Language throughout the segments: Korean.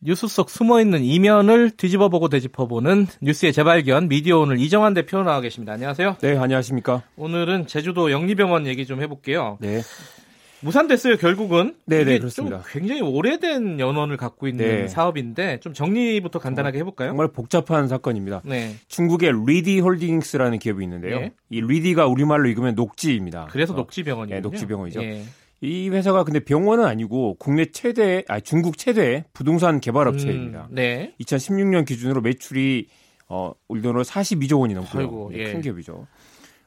뉴스 속 숨어있는 이면을 뒤집어보고 되짚어보는 뉴스의 재발견 미디어 오늘 이정환 대표 나와 계십니다. 안녕하세요. 네, 안녕하십니까. 오늘은 제주도 영리병원 얘기 좀 해볼게요. 네. 무산됐어요. 결국은 네, 이게 네, 그렇습니다. 좀 굉장히 오래된 연원을 갖고 있는 네. 사업인데 좀 정리부터 간단하게 해볼까요? 정말 복잡한 사건입니다. 네. 중국의 리디 홀딩스라는 기업이 있는데요. 예. 이 리디가 우리말로 읽으면 녹지입니다. 그래서 어, 녹지병원이요. 예, 녹지병원이죠. 예. 이 회사가 근데 병원은 아니고 국내 최대, 아 중국 최대 부동산 개발 업체입니다. 음, 네. 2016년 기준으로 매출이 어, 우리 돈으로 42조 원이 넘고요. 아이고, 네, 예. 큰 기업이죠.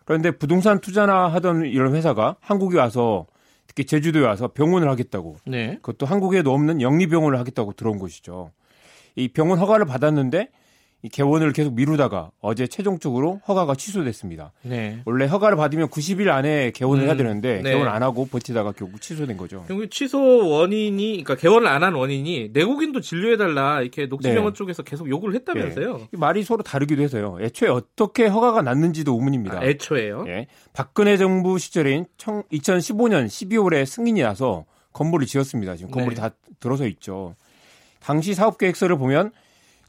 그런데 부동산 투자나 하던 이런 회사가 한국에 와서 특히 제주도에 와서 병원을 하겠다고 네. 그것도 한국에도 없는 영리병원을 하겠다고 들어온 것이죠. 이 병원 허가를 받았는데 이 개원을 계속 미루다가 어제 최종적으로 허가가 취소됐습니다. 네. 원래 허가를 받으면 90일 안에 개원을 음, 해야 네. 되는데 그 개원 안 하고 버티다가 결국 취소된 거죠. 결국 취소 원인이, 그러니까 개원을 안 한 원인이 내국인도 진료해달라 이렇게 녹지병원 네. 쪽에서 계속 요구를 했다면서요? 이 말이 서로 다르기도 해서요. 애초에 어떻게 허가가 났는지도 의문입니다. 아, 애초에요. 예. 박근혜 정부 시절인 청, 2015년 12월에 승인이 나서 건물을 지었습니다. 지금 건물이 네. 다 들어서 있죠. 당시 사업 계획서를 보면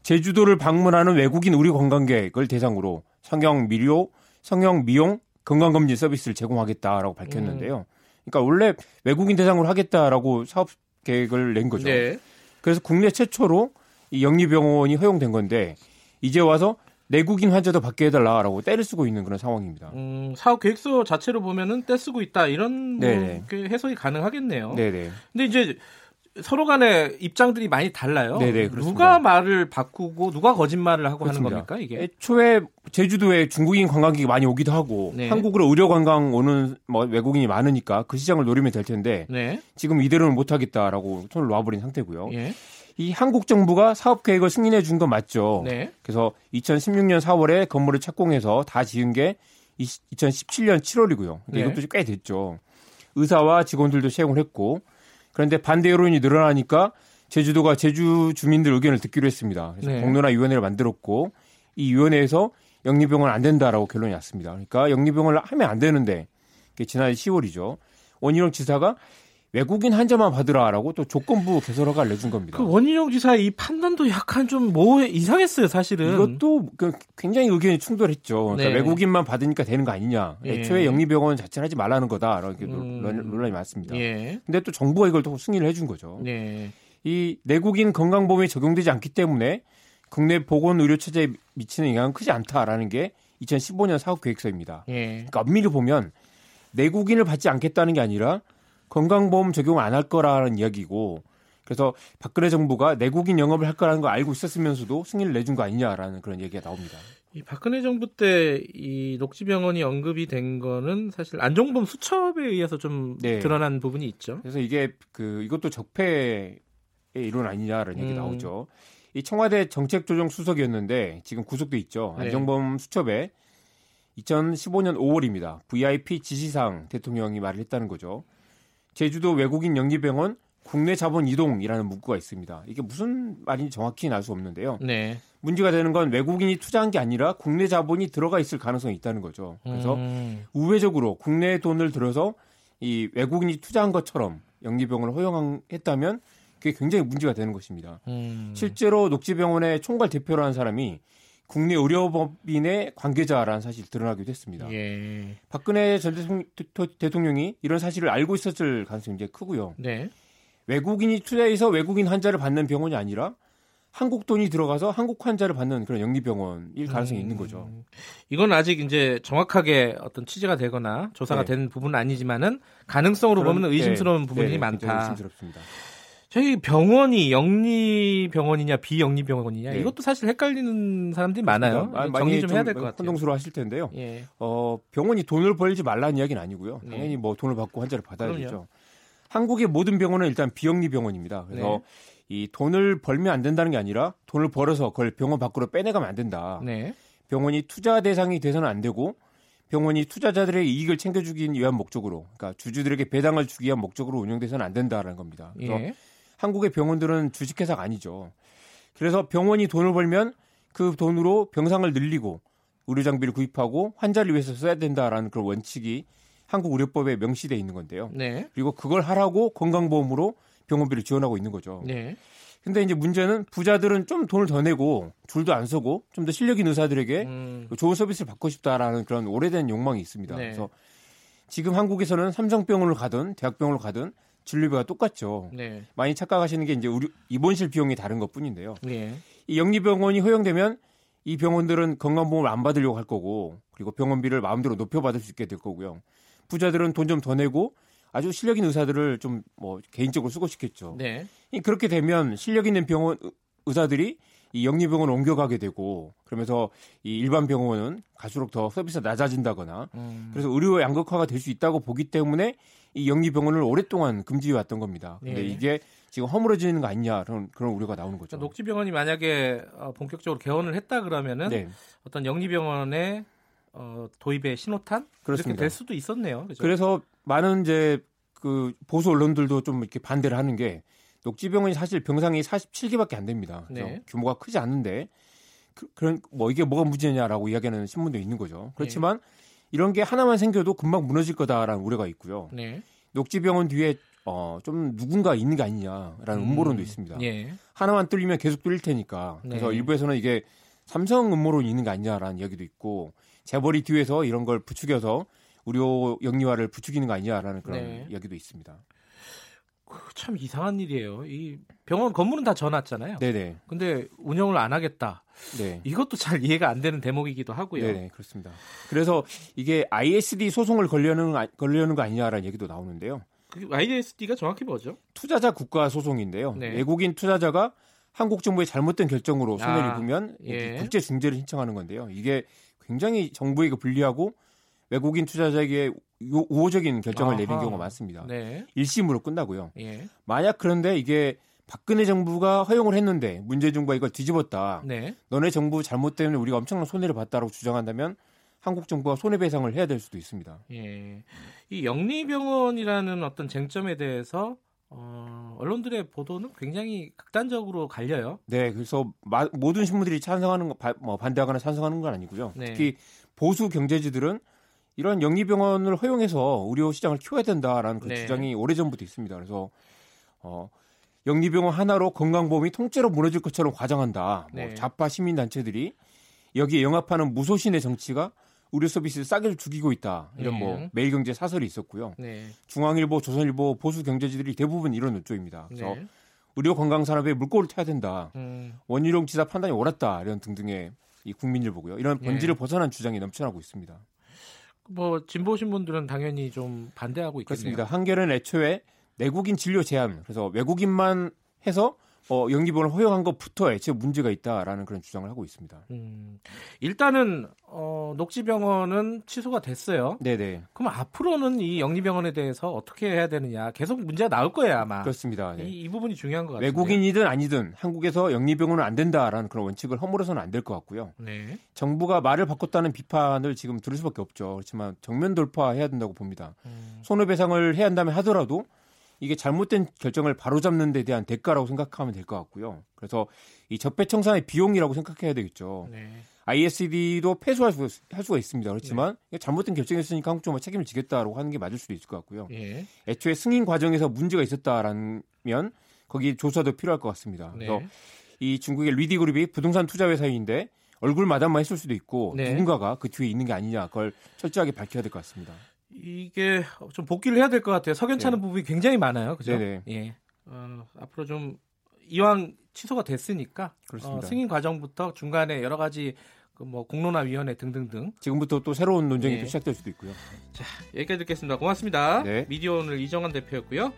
제주도를 방문하는 외국인 우리 관광객을 대상으로 성형 미료, 성형 미용 건강검진 서비스를 제공하겠다라고 밝혔는데요. 음. 그러니까 원래 외국인 대상으로 하겠다라고 사업 계획을 낸 거죠. 네. 그래서 국내 최초로 이 영리병원이 허용된 건데 이제 와서 내국인 환자도 받게 해달라라고 떼를 쓰고 있는 그런 상황입니다. 음, 사업 계획서 자체로 보면은 떼쓰고 있다 이런 뭐 네네. 그 해석이 가능하겠네요. 네네. 근데 이제 서로 간의 입장들이 많이 달라요. 네네, 그렇습니다. 누가 말을 바꾸고 누가 거짓말을 하고 그렇습니다. 하는 겁니까 이게? 애초에 제주도에 중국인 관광객이 많이 오기도 하고 네. 한국으로 의료 관광 오는 뭐 외국인이 많으니까 그 시장을 노리면 될 텐데 네. 지금 이대로는 못 하겠다라고 손을 놔버린 상태고요. 예. 이 한국 정부가 사업 계획을 승인해 준 건 맞죠. 네. 어, 그래서 2016년 4월에 건물을 착공해서 다 지은 게 2017년 7월이고요. 그러니까 네. 이것도 꽤 됐죠. 의사와 직원들도 채용을 했고 그런데 반대 여론이 늘어나니까 제주도가 제주 주민들 의견을 듣기로 했습니다. 그래서 네. 공론화 위원회를 만들었고 이 위원회에서 영리병원 안 된다라고 결론이 났습니다. 그러니까 영리병원을 하면 안 되는데 그게 지난 10월이죠. 원희룡 지사가 외국인 환자만 받으라라고 또 조건부 개설 허가를 내준 겁니다. 그 원희룡 지사의 이 판단도 약간 좀 뭐 이상했어요 사실은. 이것도 그 굉장히 의견이 충돌했죠. 음. 그러니까 네. 외국인만 받으니까 되는 거 아니냐. 예. 애초에 영리병원 자체를 하지 말라는 거다. 이렇게 음. 논란이 많습니다. 예. 근데 또 정부가 이걸 또 승인을 해준 거죠. 네. 이 내국인 건강보험이 적용되지 않기 때문에 국내 보건 의료 체제에 미치는 영향은 크지 않다라는 게 2015년 사업 계획서입니다. 예. 그러니까 엄밀히 보면 내국인을 받지 않겠다는 게 아니라 건강보험 적용 안 할 거라는 이야기고 그래서 박근혜 정부가 내국인 영업을 할 거라는 걸 알고 있었으면서도 승인을 내준 거 아니냐라는 그런 얘기가 나옵니다. 이 박근혜 정부 때 이 녹지병원이 언급이 된 거는 사실 안종범 수첩에 의해서 좀 네. 드러난 부분이 있죠. 그래서 이게 그 이것도 적폐의 이론 아니냐라는 얘기 음. 나오죠. 이 청와대 정책조정 수석이었는데 지금 구속돼 있죠. 네. 안정범 수첩에 2015년 5월입니다. VIP 지시사항 대통령이 말을 했다는 거죠. 제주도 외국인 영리병원 국내 자본 이동이라는 문구가 있습니다. 이게 무슨 말인지 정확히 알 수 없는데요. 네. 문제가 되는 건 외국인이 투자한 게 아니라 국내 자본이 들어가 있을 가능성이 있다는 거죠. 그래서 음. 우회적으로 국내 돈을 들여서 이 외국인이 투자한 것처럼 영리병원을 허용했다면 그게 굉장히 문제가 되는 것입니다. 음. 실제로 녹지병원의 총괄 대표라는 사람이 국내 의료법인의 관계자라는 사실이 드러나기도 했습니다. 예. 박근혜 전 대통령- 대- 대통령이 이런 사실을 알고 있었을 가능성이 굉장히 크고요. 네. 외국인이 투자해서 외국인 환자를 받는 병원이 아니라 한국 돈이 들어가서 한국 환자를 받는 그런 영리병원일 가능성이 음. 있는 거죠. 이건 아직 이제 정확하게 어떤 취재가 되거나 조사가 네. 된 부분은 아니지만은 가능성으로 그런- 보면 의심스러운 네, 부분이 네, 굉장히 많다. 의심스럽습니다. 저희 병원이 영리 병원이냐 비영리 병원이냐 네. 이것도 사실 헷갈리는 사람들이 많아요. 아, 많이 정리 좀 해야 될 것 같아요. 혼동스러워하실 텐데요. 예. 어, 병원이 돈을 벌지 말라는 이야기는 아니고요. 네. 당연히 뭐 돈을 받고 환자를 받아야 그럼요. 되죠. 한국의 모든 병원은 일단 비영리 병원입니다. 네. 그래서 이 돈을 벌면 안 된다는 게 아니라 돈을 아, 벌어서 그걸 병원 밖으로 빼내가면 안 된다. 네. 병원이 투자 대상이 돼서는 안 되고 병원이 투자자들의 이익을 챙겨주기 위한 목적으로, 그러니까 주주들에게 배당을 주기 위한 목적으로 운영돼서는 안 된다라는 겁니다. 그래서 예. 한국의 병원들은 주식회사가 아니죠. 그래서 병원이 돈을 벌면 그 돈으로 병상을 늘리고 의료 장비를 구입하고 환자를 위해서 써야 된다라는 그런 원칙이 한국 의료법에 명시돼 있는 건데요. 네. 그리고 그걸 하라고 건강보험으로 병원비를 지원하고 있는 거죠. 네. 근데 이제 문제는 부자들은 좀 돈을 더 내고 줄도 안 서고 좀 더 실력 있는 의사들에게 음, 좋은 서비스를 받고 싶다라는 그런 오래된 욕망이 있습니다. 네. 그래서 지금 한국에서는 삼성병원을 가든 대학병원을 가든 진료비가 똑같죠. 네. 많이 착각하시는 게 이제 의료- 입원실 비용이 다른 것 뿐인데요. 예. 이 영리병원이 허용되면 이 병원들은 건강보험을 안 받으려고 할 거고 그리고 병원비를 마음대로 높여받을 수 있게 될 거고요. 부자들은 돈 좀 더 내고 아주 실력 있는 의사들을 좀 뭐 개인적으로 수고시켰죠. 네. 이- 그렇게 되면 실력 있는 병원 의- 의사들이 이 영리병원 옮겨가게 되고 그러면서 이 일반 병원은 갈수록 더 서비스가 낮아진다거나 음, 그래서 의료 양극화가 될 수 있다고 보기 때문에 이 영리병원을 오랫동안 금지해 왔던 겁니다. 근데 예. 이게 지금 허물어지는 거 아니냐 그런 그런 우려가 나오는 거죠. 그러니까 녹지병원이 만약에 어, 본격적으로 개원을 했다 그러면은 네. 어떤 영리병원의 어, 도입의 신호탄 그렇습니다. 이렇게 될 수도 있었네요. 그죠? 그래서 많은 이제 그 보수 언론들도 좀 이렇게 반대를 하는 게 녹지병원이 사실 병상이 47개밖에 안 됩니다. 그래서 네. 규모가 크지 않은데 그, 런뭐 이게 뭐가 문제냐라고 이야기하는 신문도 있는 네. 거죠. 그렇지만 이런 게 하나만 생겨도 금방 무너질 거다라는 우려가 있고요. 네. 녹지병원 뒤에 어, 좀 누군가 있는 게 아니냐라는 음모론도 음, 있습니다. 예. 하나만 뚫리면 계속 뚫릴 테니까. 그래서 네. 일부에서는 이게 삼성 음모론이 있는 거 아니냐라는 이야기도 있고 재벌이 뒤에서 이런 걸 부추겨서 의료 영리화를 부추기는 거 아니냐라는 그런 네. 이야기도 있습니다. 그참 이상한 일이에요. 이 병원 건물은 다 전화잖아요. 네네. 근데 운영을 안 하겠다. 네. 이것도 잘 이해가 안 되는 대목이기도 하고요. 네네 그렇습니다. 그래서 이게 ISD 소송을 걸려는 아- 걸려는 거 아니냐라는 얘기도 나오는데요. 그 ISD가 정확히 뭐죠? 투자자 국가 소송인데요. 네. 외국인 투자자가 한국 정부의 잘못된 결정으로 손해를 아, 입으면 예. 국제 중재를 신청하는 건데요. 이게 굉장히 정부에게 불리하고 외국인 투자자에게 요- 우호적인 결정을 내린 아하. 경우가 많습니다. 네. 일심으로 끝나고요. 예. 만약 그런데 이게 박근혜 정부가 허용을 했는데 문재인 정부가 이걸 뒤집었다. 네. 너네 정부 잘못 때문에 우리가 엄청난 손해를 봤다라고 주장한다면 한국 정부가 손해배상을 해야 될 수도 있습니다. 예. 이 영리병원이라는 어떤 쟁점에 대해서 어, 언론들의 보도는 굉장히 극단적으로 갈려요. 네, 그래서 마- 모든 신문들이 찬성하는 거, 바- 뭐 반대하거나 찬성하는 건 아니고요. 네. 특히 보수 경제지들은 이런 영리병원을 허용해서 의료 시장을 키워야 된다라는 그 네. 주장이 오래전부터 있습니다. 그래서 어 영리병원 하나로 건강보험이 통째로 무너질 것처럼 과장한다. 뭐 네. 좌파 시민 단체들이 여기에 영합하는 무소신의 정치가 의료 서비스 싸게 죽이고 있다. 이런 네. 뭐 매일경제 사설이 있었고요. 네. 중앙일보, 조선일보 보수 경제지들이 대부분 이런 논조입니다. 그래서 네. 의료 건강 산업에 물꼬를 타야 된다. 음, 원희룡 지사 판단이 옳았다 이런 등등의 이 국민일보고요. 이런 예. 본질을 벗어난 주장이 넘쳐나고 있습니다. 뭐 진보신 분들은 당연히 좀 반대하고 있겠네요. 그렇습니다. 한결은 애초에 내국인 진료 제한 그래서 외국인만 해서 어, 영기본을 허용한 것부터 애초에 문제가 있다라는 그런 주장을 하고 있습니다. 음, 일단은 어, 녹지병원은 취소가 됐어요. 네네 그럼 앞으로는 이 영리병원에 대해서 어떻게 해야 되느냐 계속 문제가 나올 거예요 아마. 그렇습니다. 네. 이, 이 부분이 중요한 것 같아요. 외국인이든 아니든 한국에서 영리병원은 안 된다라는 그런 원칙을 허물어서는 안 될 것 같고요. 네. 정부가 말을 바꿨다는 비판을 지금 들을 수밖에 없죠. 그렇지만 정면 돌파해야 된다고 봅니다. 음, 손해배상을 해야 한다면 하더라도 이게 잘못된 결정을 바로잡는 데 대한 대가라고 생각하면 될 것 같고요. 그래서 이 적폐청산의 비용이라고 생각해야 되겠죠. 네. ISD도 패소할 수, 할 수가 있습니다. 그렇지만 이게 잘못된 결정이었으니까 한국 정부가 책임을 지겠다라고 하는 게 맞을 수도 있을 것 같고요. 예. 애초에 승인 과정에서 문제가 있었다라면 거기 조사도 필요할 것 같습니다. 네. 그래서 이 중국의 리디그룹이 부동산 투자 회사인데 얼굴 마담만 했을 수도 있고 네. 누군가가 그 뒤에 있는 게 아니냐 그걸 철저하게 밝혀야 될 것 같습니다. 이게 좀 복귀를 해야 될 것 같아요. 석연찮은 부분이 굉장히 많아요. 그죠? 네. 네네. 예. 어, 앞으로 좀 이왕 취소가 됐으니까 그렇습니다. 어, 승인 과정부터 중간에 여러 가지 그 뭐 공론화 위원회 등등등 지금부터 또 새로운 논쟁이 네. 또 시작될 수도 있고요. 여기까지 듣겠습니다. 고맙습니다. 네. 미디어 오늘 이정환 대표였고요.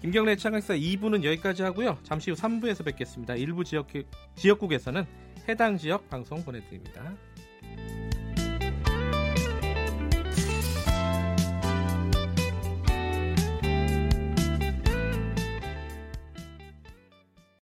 김경래 창강사 2부는 여기까지 하고요. 잠시 후 3부에서 뵙겠습니다. 일부 지역 지역국에서는 해당 지역 방송 보내드립니다.